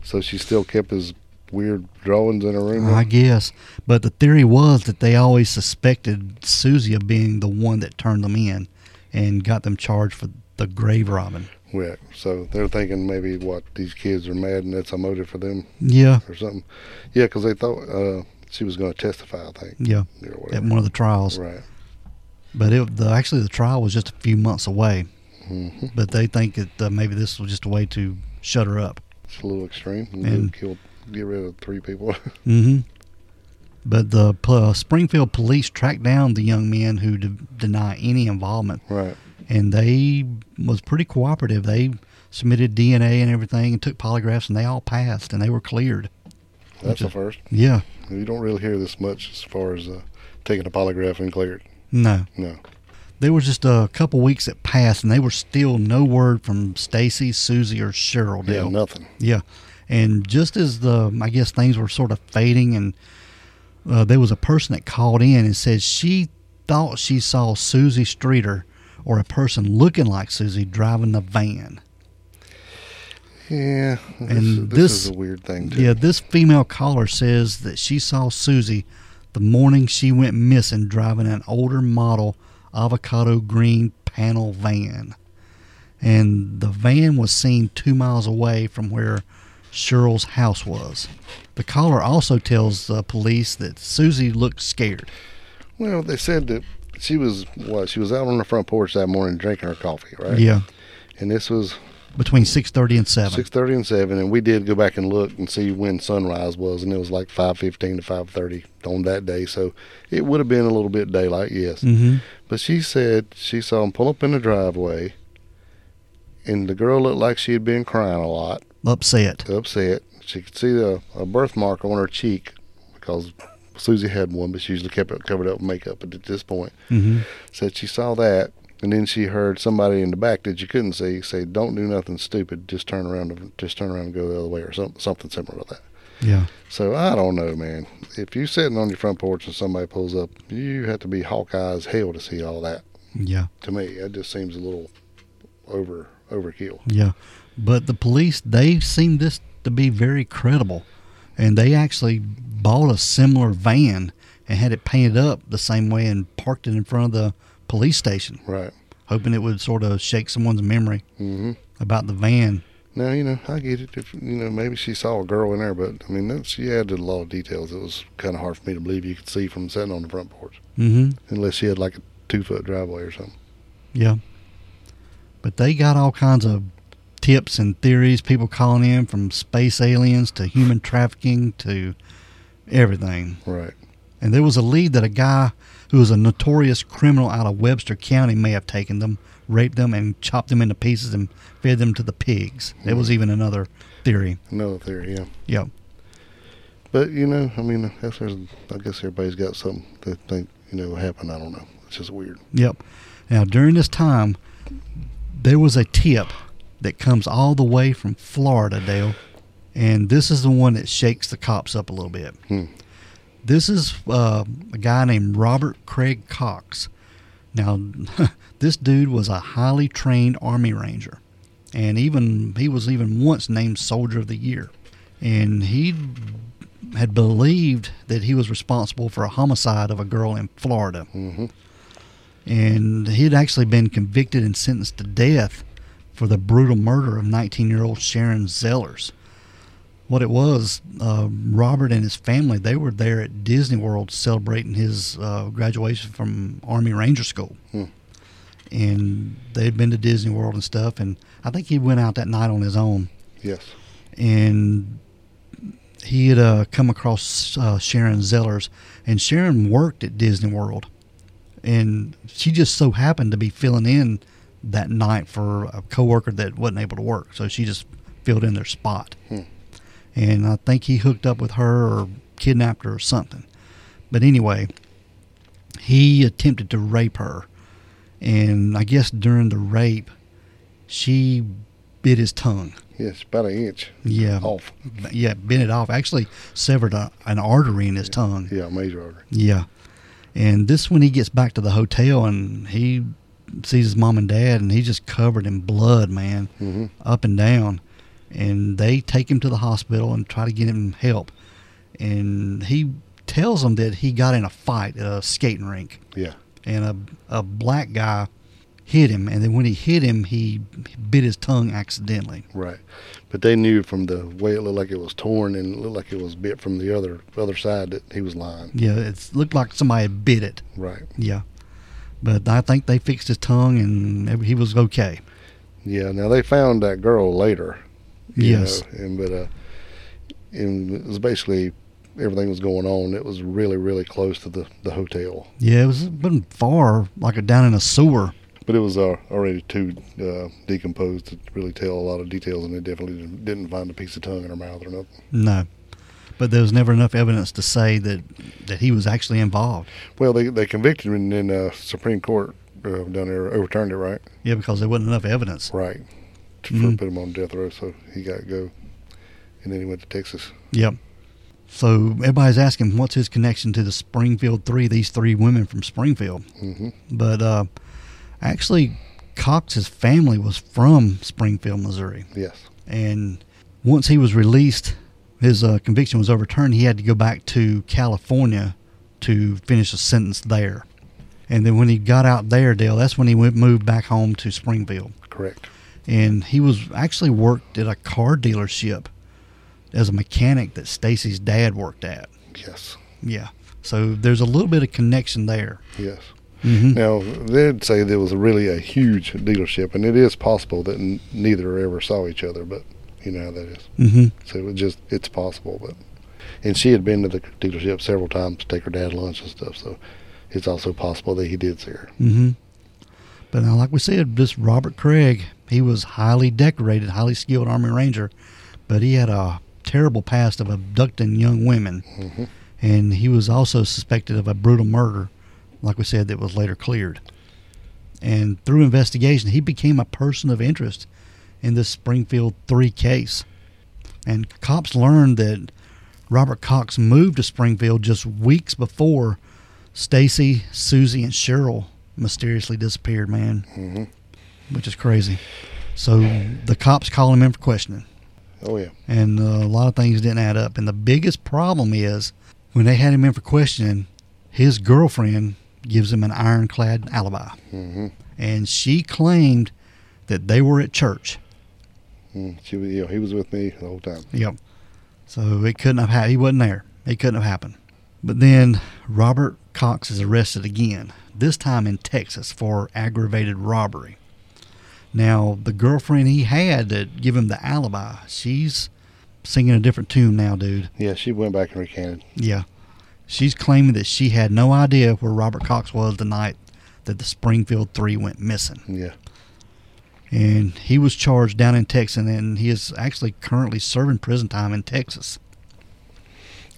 S2: so she still kept his weird drawings in her room.
S1: I guess. But the theory was that they always suspected Susie of being the one that turned them in and got them charged for the grave robbing.
S2: Yeah, so they're thinking maybe what these kids are mad and that's a motive for them
S1: Yeah,
S2: or something. Yeah, because they thought uh, she was going to testify. I think.
S1: yeah,
S2: Or
S1: at
S2: whatever.
S1: one of the trials.
S2: Right.
S1: But it, the, actually, the trial was just a few months away.
S2: Mm-hmm.
S1: but they think that uh, maybe this was just a way to shut her up.
S2: It's a little extreme.
S1: And-
S2: And killed, get rid of three people. <laughs>
S1: Mm-hmm. But the pl- uh, Springfield police tracked down the young men who de- deny any involvement,
S2: right.
S1: and they was pretty cooperative. They submitted DNA and everything, and took polygraphs, and they all passed, and they were cleared.
S2: That's the
S1: is-
S2: first.
S1: Yeah,
S2: You don't really hear this much as far as uh, taking a polygraph and cleared.
S1: no,
S2: No.
S1: there was just a couple weeks that passed, and they were still no word from Stacy, Susie, or Cheryl.
S2: Yeah.
S1: Dale.
S2: Nothing.
S1: Yeah, and just as the I guess things were sort of fading, and uh, there was a person that called in and said she thought she saw Susie Streeter or a person looking like Susie driving the van.
S2: Yeah. This,
S1: And
S2: this
S1: this-
S2: is a weird thing too.
S1: Yeah, this female caller says that she saw Susie the morning she went missing driving an older model avocado green panel van. And the van was seen two miles away from where Cheryl's house was. The caller also tells the police that Susie looked scared.
S2: Well, they said that she was what? She was out on the front porch that morning drinking her coffee, right?
S1: Yeah,
S2: And this was
S1: between 6:30 and 7.
S2: six thirty and seven, and we did go back and look and see when sunrise was, and it was like five fifteen to five thirty on that day. So it would have been a little bit daylight, yes.
S1: Mm-hmm.
S2: But she said she saw him pull up in the driveway, and the girl looked like she had been crying a lot,
S1: upset.
S2: upset. She could see a, a birthmark on her cheek because Susie had one, but she usually kept it covered up with makeup. But at this point,
S1: Mm-hmm.
S2: said she saw that, and then she heard somebody in the back that you couldn't see say, "Don't do nothing stupid. Just turn around. and- Just turn around and go the other way," or something, something similar to that.
S1: Yeah.
S2: So I don't know, man. If you're sitting on your front porch and somebody pulls up, you have to be Hawkeye as hell to see all that.
S1: Yeah.
S2: To me, it just seems a little over overkill.
S1: Yeah. But the police, they seem this to be very credible. And they actually bought a similar van and had it painted up the same way and parked it in front of the police station,
S2: Right.
S1: hoping it would sort of shake someone's memory
S2: hmm
S1: about the van.
S2: Now you know I get it. If you know maybe she saw a girl in there, but I mean that she added a lot of details. It was kind of hard for me to believe you could see from sitting on the front porch,
S1: Mm hmm.
S2: unless she had like a two foot driveway or something.
S1: Yeah. But they got all kinds of tips and theories, people calling in from space aliens to human trafficking to everything.
S2: Right.
S1: And there was a lead that a guy who was a notorious criminal out of Webster County may have taken them, raped them, and chopped them into pieces and fed them to the pigs. There was even another theory.
S2: Another theory, yeah.
S1: Yeah.
S2: But you know, I mean, that's, there's- I guess everybody's got something to think you know happened. I don't know. It's just weird.
S1: Yep. Now, during this time, there was a tip that comes all the way from Florida, Dale. And this is the one that shakes the cops up a little bit.
S2: Hmm.
S1: This is uh, a guy named Robert Craig Cox. Now, <laughs> this dude was a highly trained Army Ranger, and even he was even once named Soldier of the Year. And he had believed that he was responsible for a homicide of a girl in Florida
S2: hmm
S1: and he had actually been convicted and sentenced to death for the brutal murder of 19-year-old Sharon Zellers. What it was, uh, Robert and his family they were there at Disney World celebrating his uh, graduation from Army Ranger School,
S2: Hmm.
S1: and they had been to Disney World and stuff. And I think he went out that night on his own,
S2: Yes.
S1: and he had uh, come across uh, Sharon Zellers, and Sharon worked at Disney World, and she just so happened to be filling in that night for a coworker that wasn't able to work, so she just filled in their spot,
S2: Hmm.
S1: and I think he hooked up with her or kidnapped her or something, but anyway, he attempted to rape her, and I guess during the rape, she bit his tongue.
S2: Yes. About an inch
S1: Yeah
S2: off.
S1: yeah, bent it off. Actually, severed a, an artery in his tongue.
S2: Yeah, major artery.
S1: Yeah. And this when he gets back to the hotel and he sees his mom and dad and he's just covered in blood, man,
S2: hmm
S1: up and down. And they take him to the hospital and try to get him help. And he tells them that he got in a fight at a skating rink
S2: Yeah.
S1: and a, a black guy hit him. And then when he hit him, he bit his tongue accidentally.
S2: Right. But they knew from the way it looked like it was torn and it looked like it was bit from the other other side that he was lying.
S1: Yeah, it looked like somebody had bit it.
S2: Right.
S1: Yeah. But I think they fixed his tongue and ev- he was okay.
S2: Yeah. Now they found that girl later. you
S1: Yes.
S2: know, and but uh, and it was basically everything was going on. It was really really close to the the hotel,
S1: Yeah, it was it wasn't far, like a down in a sewer.
S2: but it was uh, already too uh, decomposed to really tell a lot of details, and they definitely didn't- didn't find a piece of tongue in her mouth or nothing.
S1: No. But there was never enough evidence to say that, that he was actually involved.
S2: Well, they they convicted him, and then uh, Supreme Court uh, down there overturned it, right?
S1: Yeah, because there wasn't enough evidence.
S2: Right. Mm-hmm. To
S1: Mhm.
S2: put him on death row, so he got to go, and then he went to Texas.
S1: Yep. So everybody's asking what's his connection to the Springfield Three, these three women from Springfield.
S2: hmm
S1: But uh, actually, Cox's family was from Springfield, Missouri.
S2: Yes.
S1: and once he was released, his uh, conviction was overturned. He had to go back to California to finish a sentence there. And then when he got out there, Dale, that's when he went moved back home to Springfield.
S2: Correct.
S1: And he was actually worked at a car dealership as a mechanic that Stacy's dad worked at.
S2: Yes.
S1: Yeah. So there's a little bit of connection there.
S2: Yes.
S1: Mm-hmm.
S2: Now, they'd say there was really a huge dealership, and it is possible that n- neither ever saw each other, but you know how that is.
S1: Mm-hmm.
S2: So it was just, it's possible. But And she had been to the dealership several times to take her dad lunch and stuff, so it's also possible that he did see her.
S1: Mm-hmm. But now, like we said, this Robert Craig, he was highly decorated, highly skilled Army Ranger, but he had a terrible past of abducting young women, and he was also suspected of a brutal murder, like we said, that was later cleared. And through investigation, he became a person of interest in this Springfield 3 case. And cops learned that Robert Cox moved to Springfield just weeks before Stacy, Susie, and Cheryl mysteriously disappeared, man,
S2: hmm
S1: which is crazy. So the cops call him in for questioning
S2: Oh yeah.
S1: and uh, a lot of things didn't add up. And the biggest problem is when they had him in for questioning, his girlfriend gives him an ironclad alibi,
S2: hmm
S1: and she claimed that they were at church.
S2: Mm, she was, you know, he was with me the whole time.
S1: Yep. So it couldn't have happened. He wasn't there. It couldn't have happened. But then Robert Cox is arrested again, this time in Texas for aggravated robbery. Now, the girlfriend he had that give him the alibi, she's singing a different tune now, dude.
S2: Yeah, she went back and recanted.
S1: Yeah. She's claiming that she had no idea where Robert Cox was the night that the Springfield Three went missing.
S2: Yeah.
S1: And he was charged down in Texas, and he is actually currently serving prison time in Texas.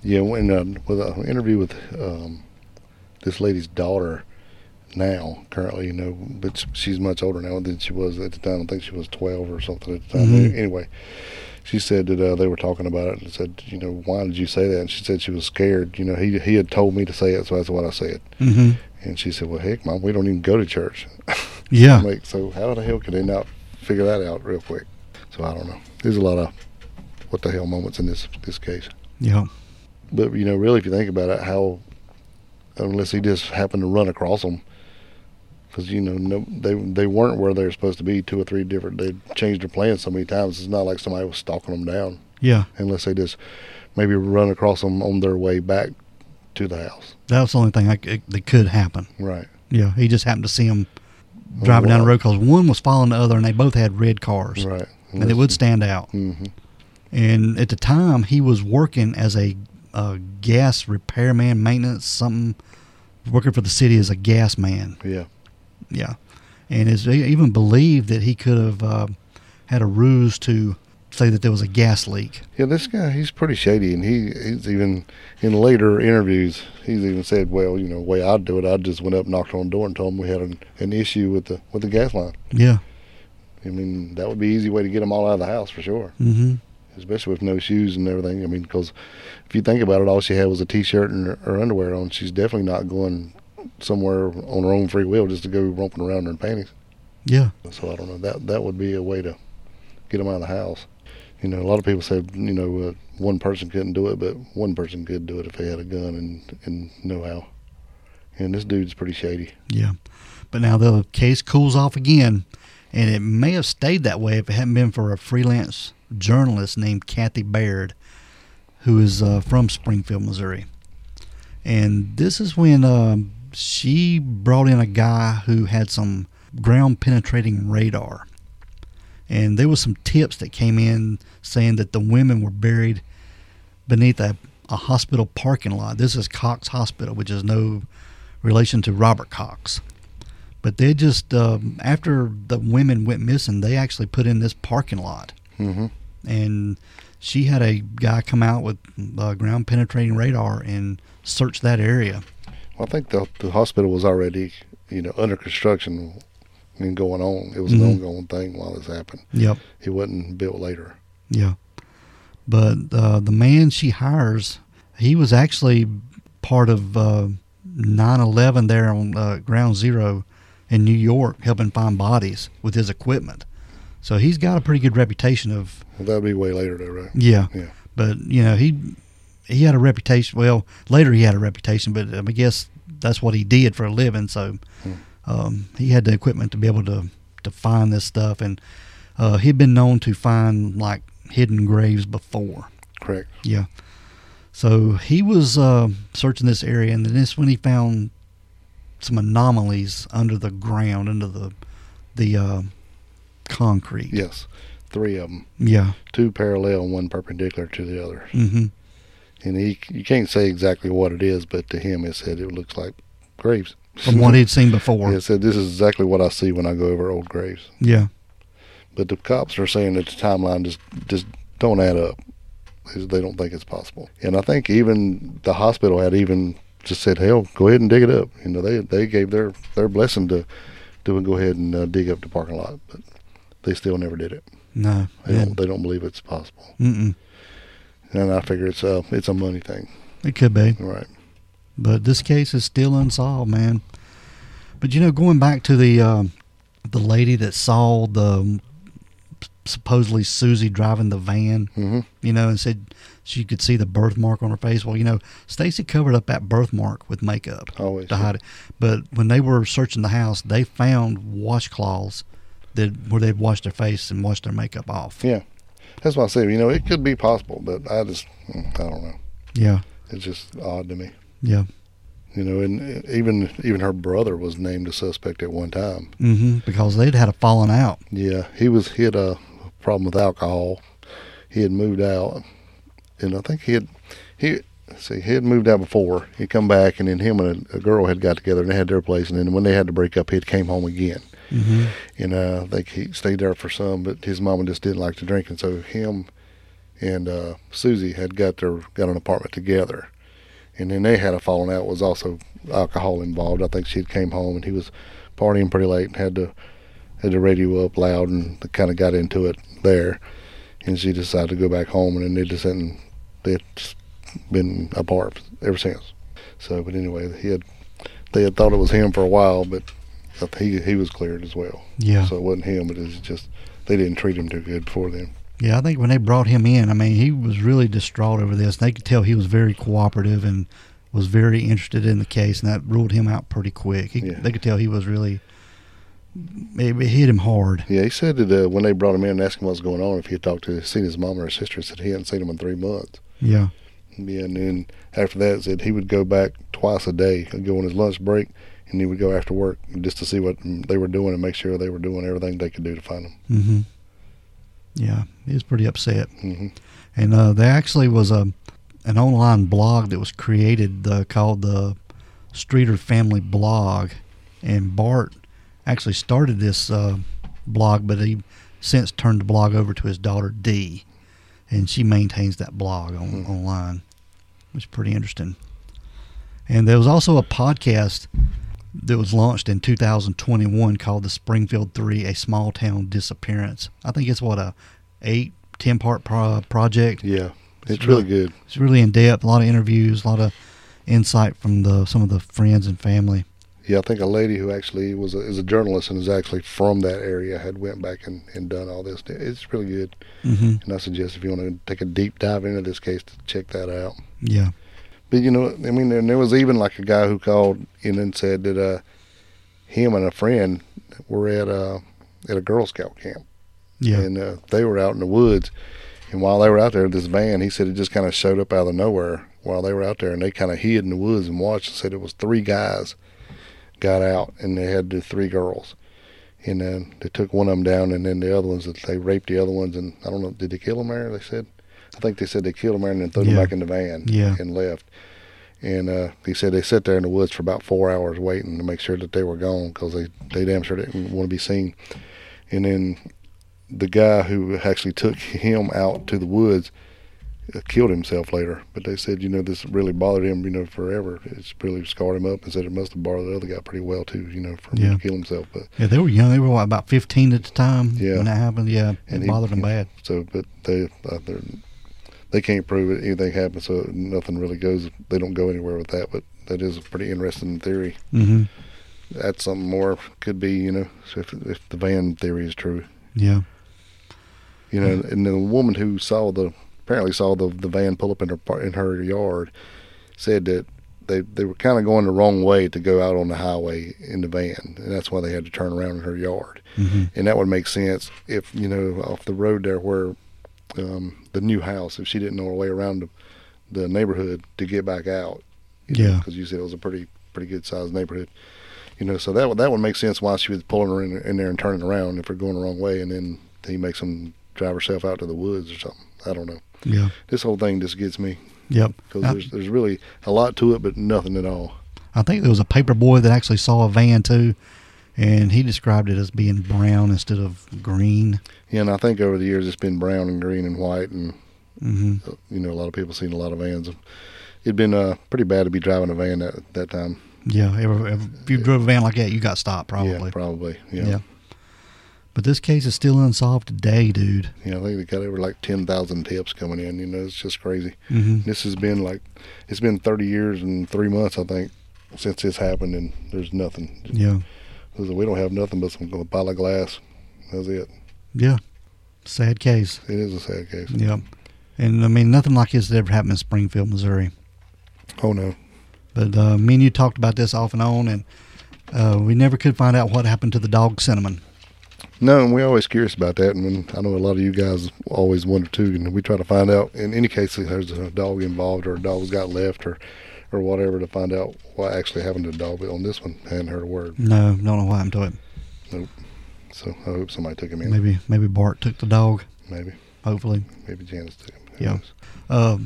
S2: Yeah, when uh, with an interview with um, this lady's daughter now, currently, you know, but s- she's much older now than she was at the time. I think she was 12 or something at the time.
S1: Mhm.
S2: Anyway, she said that uh, they were talking about it and said, you know, why did you say that? And she said she was scared. You know, he he had told me to say it, so that's what I said.
S1: Mm-hmm.
S2: And she said, well, heck, mom, we don't even go to church. <laughs>
S1: Yeah.
S2: Like, so how the hell could they not figure that out real quick? So I don't know. There's a lot of what the hell moments in this this case.
S1: Yeah.
S2: But you know, really, if you think about it, how unless he just happened to run across them, because you know, no, they they weren't where they were supposed to be. Two or three different. They changed their plans so many times. It's not like somebody was stalking them down,
S1: Yeah.
S2: unless they just maybe run across them on their way back to the house.
S1: That was the only thing I c that could happen.
S2: Right.
S1: Yeah. He just happened to see him driving down the road because one was following the other, and they both had red cars,
S2: Right.
S1: and it would stand out.
S2: hmm
S1: And at the time, he was working as a, uh gas repairman, maintenance, something, working for the city as a gas man.
S2: Yeah.
S1: Yeah. And is they even believed that he could have uh, had a ruse to say that there was a gas leak.
S2: Yeah, this guy, he's pretty shady, and he, he's even in later interviews, he's even said, "Well, you know, the way I'd do it, I just went up, knocked on the door, and told him we had an, an issue with the with the gas line."
S1: Yeah.
S2: I mean, that would be an easy way to get them all out of the house for sure,
S1: hmm
S2: especially with no shoes and everything. I mean, because if you think about it, all she had was a t-shirt and her, her underwear on. She's definitely not going somewhere on her own free will just to go romping around in panties.
S1: Yeah.
S2: So I don't know. That that would be a way to get them out of the house. You know, a lot of people said you know uh, one person couldn't do it, but one person could do it if they had a gun and and know how. And this dude's pretty shady.
S1: Yeah. But now the case cools off again, and it may have stayed that way if it hadn't been for a freelance journalist named Kathy Baird, who is uh, from Springfield, Missouri. And this is when um, she brought in a guy who had some ground penetrating radar. And there was some tips that came in saying that the women were buried beneath a, a hospital parking lot. This is Cox Hospital, which is no relation to Robert Cox. But they just, um, after the women went missing, they actually put in this parking lot.
S2: hmm
S1: And she had a guy come out with uh, ground penetrating radar and search that area.
S2: I think the the hospital was already you know under construction and going on. It was
S1: Mhm.
S2: an ongoing thing while this happened.
S1: Yep.
S2: It wasn't built later.
S1: Yeah. But uh, the man she hires, he was actually part of uh, 9/11 there on uh, Ground Zero in New York, helping find bodies with his equipment. So he's got a pretty good reputation of
S2: Well, that'd be way later though, right?
S1: yeah.
S2: Yeah.
S1: But you know he he had a reputation. Well, later he had a reputation, but um, I guess that's what he did for a living. So
S2: Hmm.
S1: um, he had the equipment to be able to to find this stuff, and uh, he'd been known to find like hidden graves before.
S2: Correct.
S1: Yeah. So he was uh, searching this area, and then this when he found some anomalies under the ground, under the the uh, concrete.
S2: Yes, three of them,
S1: Yeah.
S2: two parallel and one perpendicular to the other.
S1: hmm
S2: and he you can't say exactly what it is, but to him it said it looks like graves.
S1: From what he'd seen before.
S2: <laughs> it said this is exactly what I see when I go over old graves.
S1: Yeah.
S2: But the cops are saying that the timeline just just don't add up. Is They don't think it's possible. And I think even the hospital had even just said, "Hell, go ahead and dig it up." You know, they they gave their their blessing to to go ahead and uh, dig up the parking lot, but they still never did it.
S1: No.
S2: They
S1: yeah.
S2: don't they don't believe it's possible.
S1: Mm-mm.
S2: And I figure it's uh it's a money thing,
S1: It could be.
S2: right?
S1: but this case is still unsolved, man. But you know, going back to the um, the lady that saw the um, supposedly Susie driving the van,
S2: hmm
S1: you know, and said she could see the birthmark on her face. Well, you know, Stacy covered up that birthmark with makeup
S2: Always.
S1: to hide it. But when they were searching the house, they found washcloths that where they'd washed their face and washed their makeup off.
S2: Yeah, that's why I say you know it could be possible, but I just mm, I don't know.
S1: Yeah,
S2: It's just odd to me.
S1: yeah,
S2: You know, and uh, even even her brother was named a suspect at one time.
S1: hmm because they'd had a falling out.
S2: Yeah, he was he had a problem with alcohol. He had moved out, and I think he had he let's see he had moved out before. He'd come back, and then him and a, a girl had got together and they had their place. And then when they had to break up, he would came home again.
S1: hmm
S2: and uh, I think he stayed there for some, but his mama just didn't like to drink, and so him and uh, Susie had got their got an apartment together, and then they had a falling out. Was also alcohol involved. I think she came home and he was partying pretty late and had to had the radio up loud and kind of got into it there, and she decided to go back home, and then they just hadn't it's been apart ever since. So, but anyway, he had they had thought it was him for a while, but I think he he was cleared as well.
S1: Yeah.
S2: So it wasn't him, but it's just they didn't treat him too good before then.
S1: Yeah, I think when they brought him in, I mean, he was really distraught over this. They could tell he was very cooperative and was very interested in the case, and that ruled him out pretty quick. He,
S2: Yeah.
S1: They could tell he was really, it, it hit him hard.
S2: Yeah, he said that uh, when they brought him in and asked him what's going on, if he had talked to seen his mom or his sister, said he hadn't seen him in three months.
S1: Yeah.
S2: Yeah, and then after that, said he would go back twice a day. He'd go on his lunch break, and he would go after work just to see what they were doing and make sure they were doing everything they could do to find him.
S1: hmm Yeah, he was pretty upset.
S2: hmm
S1: And uh, there actually was a an online blog that was created uh, called the Streeter Family Blog, and Bart actually started this uh, blog, but he since turned the blog over to his daughter Dee, and she maintains that blog on,
S2: Hmm.
S1: online, which is pretty interesting. And there was also a podcast that was launched in 2021 called the Springfield Three: A Small Town Disappearance. I think it's what a eight ten part pro- project.
S2: Yeah, it's,
S1: It's
S2: really good.
S1: It's really in depth. A lot of interviews. A lot of insight from the some of the friends and family.
S2: Yeah, I think a lady who actually was a, is a journalist and is actually from that area had went back and, and done all this. It's really good,
S1: hmm
S2: and I suggest if you want to take a deep dive into this case, to check that out.
S1: Yeah.
S2: But you know, I mean, and there was even like a guy who called in and said that uh, him and a friend were at uh, at a Girl Scout camp,
S1: Yeah.
S2: and uh, they were out in the woods. And while they were out there, this van, he said it just kind of showed up out of nowhere while they were out there, and they kind of hid in the woods and watched. And said it was three guys got out, and they had the three girls, and then they took one of them down, and then the other ones they raped the other ones, and I don't know, did they kill them there? They said, I think they said they killed them there and then threw them
S1: Yeah.
S2: back in the van
S1: Yeah.
S2: and left. And uh, he said they sat there in the woods for about four hours waiting to make sure that they were gone because they, they damn sure didn't want to be seen. And then the guy who actually took him out to the woods uh, killed himself later. But they said, you know, this really bothered him, you know, forever. It's really scarred him up and said it must have bothered the other guy pretty well, too, you know, for
S1: Yeah.
S2: him to kill himself. But
S1: yeah. They were young. They were what, about fifteen at the time
S2: Yeah.
S1: when that happened. Yeah. It
S2: And he-
S1: bothered them
S2: yeah.
S1: bad.
S2: So, but they uh, they're, they can't prove it. Anything happened, so nothing really goes. They don't go anywhere with that. But that is a pretty interesting theory.
S1: hmm
S2: That's something more could be, you know, so if if the van theory is true,
S1: Yeah.
S2: you know, and the woman who saw the apparently saw the the van pull up in her par- in her yard said that. They, they were kind of going the wrong way to go out on the highway in the van, and that's why they had to turn around in her yard.
S1: hmm
S2: and that would make sense if you know off the road there where um, the new house if she didn't know her way around the, the neighborhood to get back out
S1: Yeah.
S2: because you said it was a pretty pretty good sized neighborhood you know so that would that would make sense why she was pulling her in, in there and turning around if they're going the wrong way and then he makes them drive herself out to the woods or something i don't know
S1: Yeah.
S2: this whole thing just gets me
S1: Yep.
S2: because
S1: I,
S2: there's, there's really a lot to it but nothing at all
S1: I think there was a paper boy that actually saw a van too, and he described it as being brown instead of green.
S2: Yeah, and I think over the years it's been brown and green and white, and
S1: hmm
S2: uh, you know a lot of people seen a lot of vans. It'd been uh, pretty bad to be driving a van at that time.
S1: Yeah, if, if you drove a van like that, you got stopped probably.
S2: Yeah, probably. Yeah.
S1: yeah.
S2: yeah.
S1: But this case is still unsolved today, dude.
S2: I think they got over like ten thousand tips coming in. You know, it's just crazy.
S1: Mm-hmm.
S2: This has been like, it's been thirty years and three months, I think, since this happened, and there's nothing.
S1: Yeah.
S2: We don't have nothing but some pile of glass. That's it.
S1: Yeah. Sad case.
S2: It is a sad case.
S1: Yeah. And I mean, nothing like this had ever happened in Springfield, Missouri.
S2: Oh no.
S1: But uh, me and you talked about this off and on, and uh, we never could find out what happened to the dog Cinnamon.
S2: No, and we're always curious about that. And when- I know a lot of you guys always wonder too. And we try to find out in any case if there's a dog involved or a dog's got left or, or whatever to find out what actually happened to the dog. But on this one, I hadn't heard a word.
S1: No, don't know what happened to it.
S2: So I hope somebody took him in. Maybe,
S1: Maybe maybe Bart took the dog.
S2: maybe,
S1: Hopefully.
S2: Janice took him.
S1: Yeah. Uh,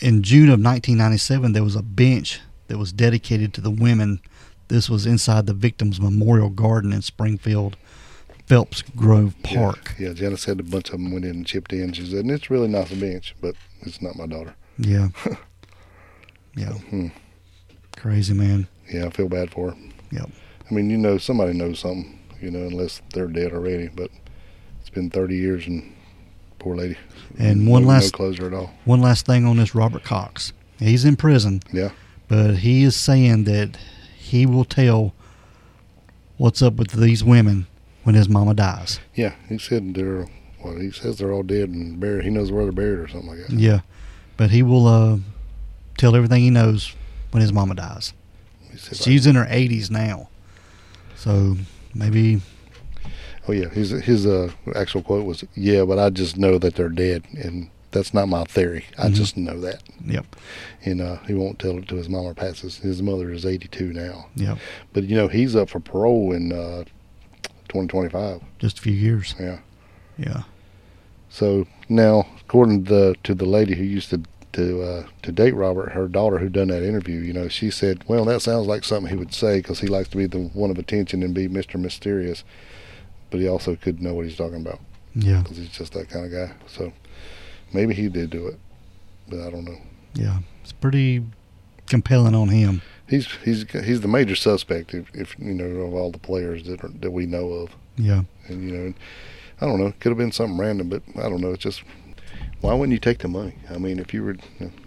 S1: in June of 1997, there was a bench that was dedicated to the women. This was inside the victims' memorial garden in Springfield, Phelps Grove
S2: Yeah.
S1: Park.
S2: Yeah, Janice said a bunch of them went in and chipped in. She said, and it's really nice bench, but it's not my daughter.
S1: Yeah.
S2: <laughs>
S1: Yeah.
S2: Hmm.
S1: Crazy, man.
S2: Yeah, I feel bad for her.
S1: Yep.
S2: I mean, you know, somebody knows something, you know, unless they're dead already. But it's been 30 years and poor lady.
S1: And one
S2: no,
S1: last-
S2: No closure at all.
S1: One last thing on this Robert Cox. He's in prison,
S2: Yeah.
S1: but he is saying that he will tell what's up with these women when his mama dies.
S2: Yeah. He said they're, well, he says they're all dead and buried. He knows where they're buried or something like that.
S1: Yeah. But he will uh, tell everything he knows when his mama dies.
S2: He said,
S1: She's in her 80s now. So maybe,
S2: like- oh, yeah. His, his uh, actual quote was, yeah, but I just know that they're dead. And that's not my theory. I
S1: Mhm.
S2: just know that.
S1: yep,
S2: And uh, he won't tell it to his mom or passes. His mother is 82 now.
S1: yep,
S2: But, you know, he's up for parole in uh, 2025.
S1: just a few years.
S2: Yeah.
S1: Yeah.
S2: So now, according to the to the lady who used to to uh, to date Robert, her daughter who done that interview, you know, she said, "Well, that sounds like something he would say because he likes to be the one of attention and be Mister Mysterious, but he also could know what he's talking about
S1: Yeah.
S2: because he's just that kind of guy. So maybe he did do it, but I don't know.
S1: Yeah. It's pretty compelling on him.
S2: He's he's he's the major suspect if, if you know of all the players that are, that we know of,
S1: Yeah.
S2: and you know, I don't know, could have been something random, but I don't know. It's just why wouldn't you take the money? I mean, if you were,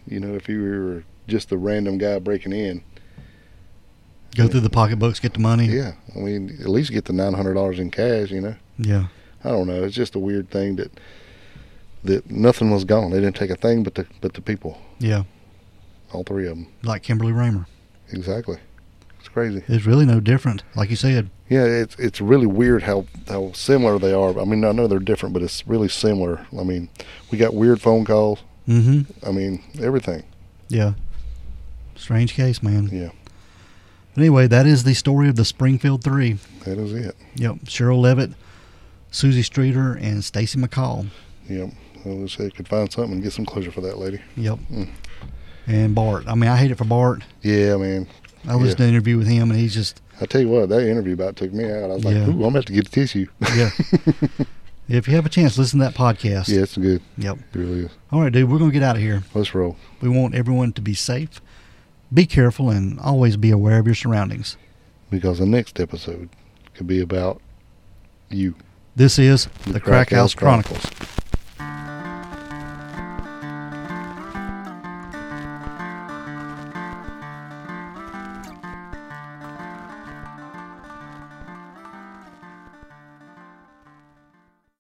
S2: you know, if you were just the random guy breaking in,
S1: Go through the pocketbooks, get the money.
S2: yeah, I mean, at least get the nine hundred dollars in cash. You know,
S1: Yeah.
S2: I don't know. It's just a weird thing that that nothing was gone. They didn't take a thing, but the but the people,
S1: Yeah.
S2: all three of them,
S1: Like Kimberly Raymer.
S2: exactly. It's crazy.
S1: It's really no different. Like you said,
S2: Yeah, it's it's really weird how how similar they are. I mean, I know they're different, but it's really similar. I mean, we got weird phone calls.
S1: mm-hmm.
S2: I mean, everything.
S1: Yeah. Strange case, man.
S2: Yeah,
S1: But anyway, that is the story of the Springfield Three.
S2: that is it.
S1: Yep. Cheryl Levitt, Susie Streeter, and Stacy McCall.
S2: Yep. I wish they could find something and get some closure for that lady.
S1: Yep.
S2: Mm.
S1: And Bart. I mean, I hate it for Bart.
S2: Yeah, man.
S1: I listened to an interview with him, and he's just
S2: I tell you what, that interview about took me out. I was like,
S1: Yeah.
S2: ooh, I'm going to have to get a tissue.
S1: yeah. if you have a chance, listen to that podcast.
S2: <laughs> yeah, it's good.
S1: Yep.
S2: It really is.
S1: All right, dude. We're gonna get out of here.
S2: Let's roll.
S1: We want everyone to be safe, be careful, and always be aware of your surroundings.
S2: Because the next episode could be about you.
S1: This is the,
S2: The
S1: Crack
S2: Crack House
S1: House Chronicles.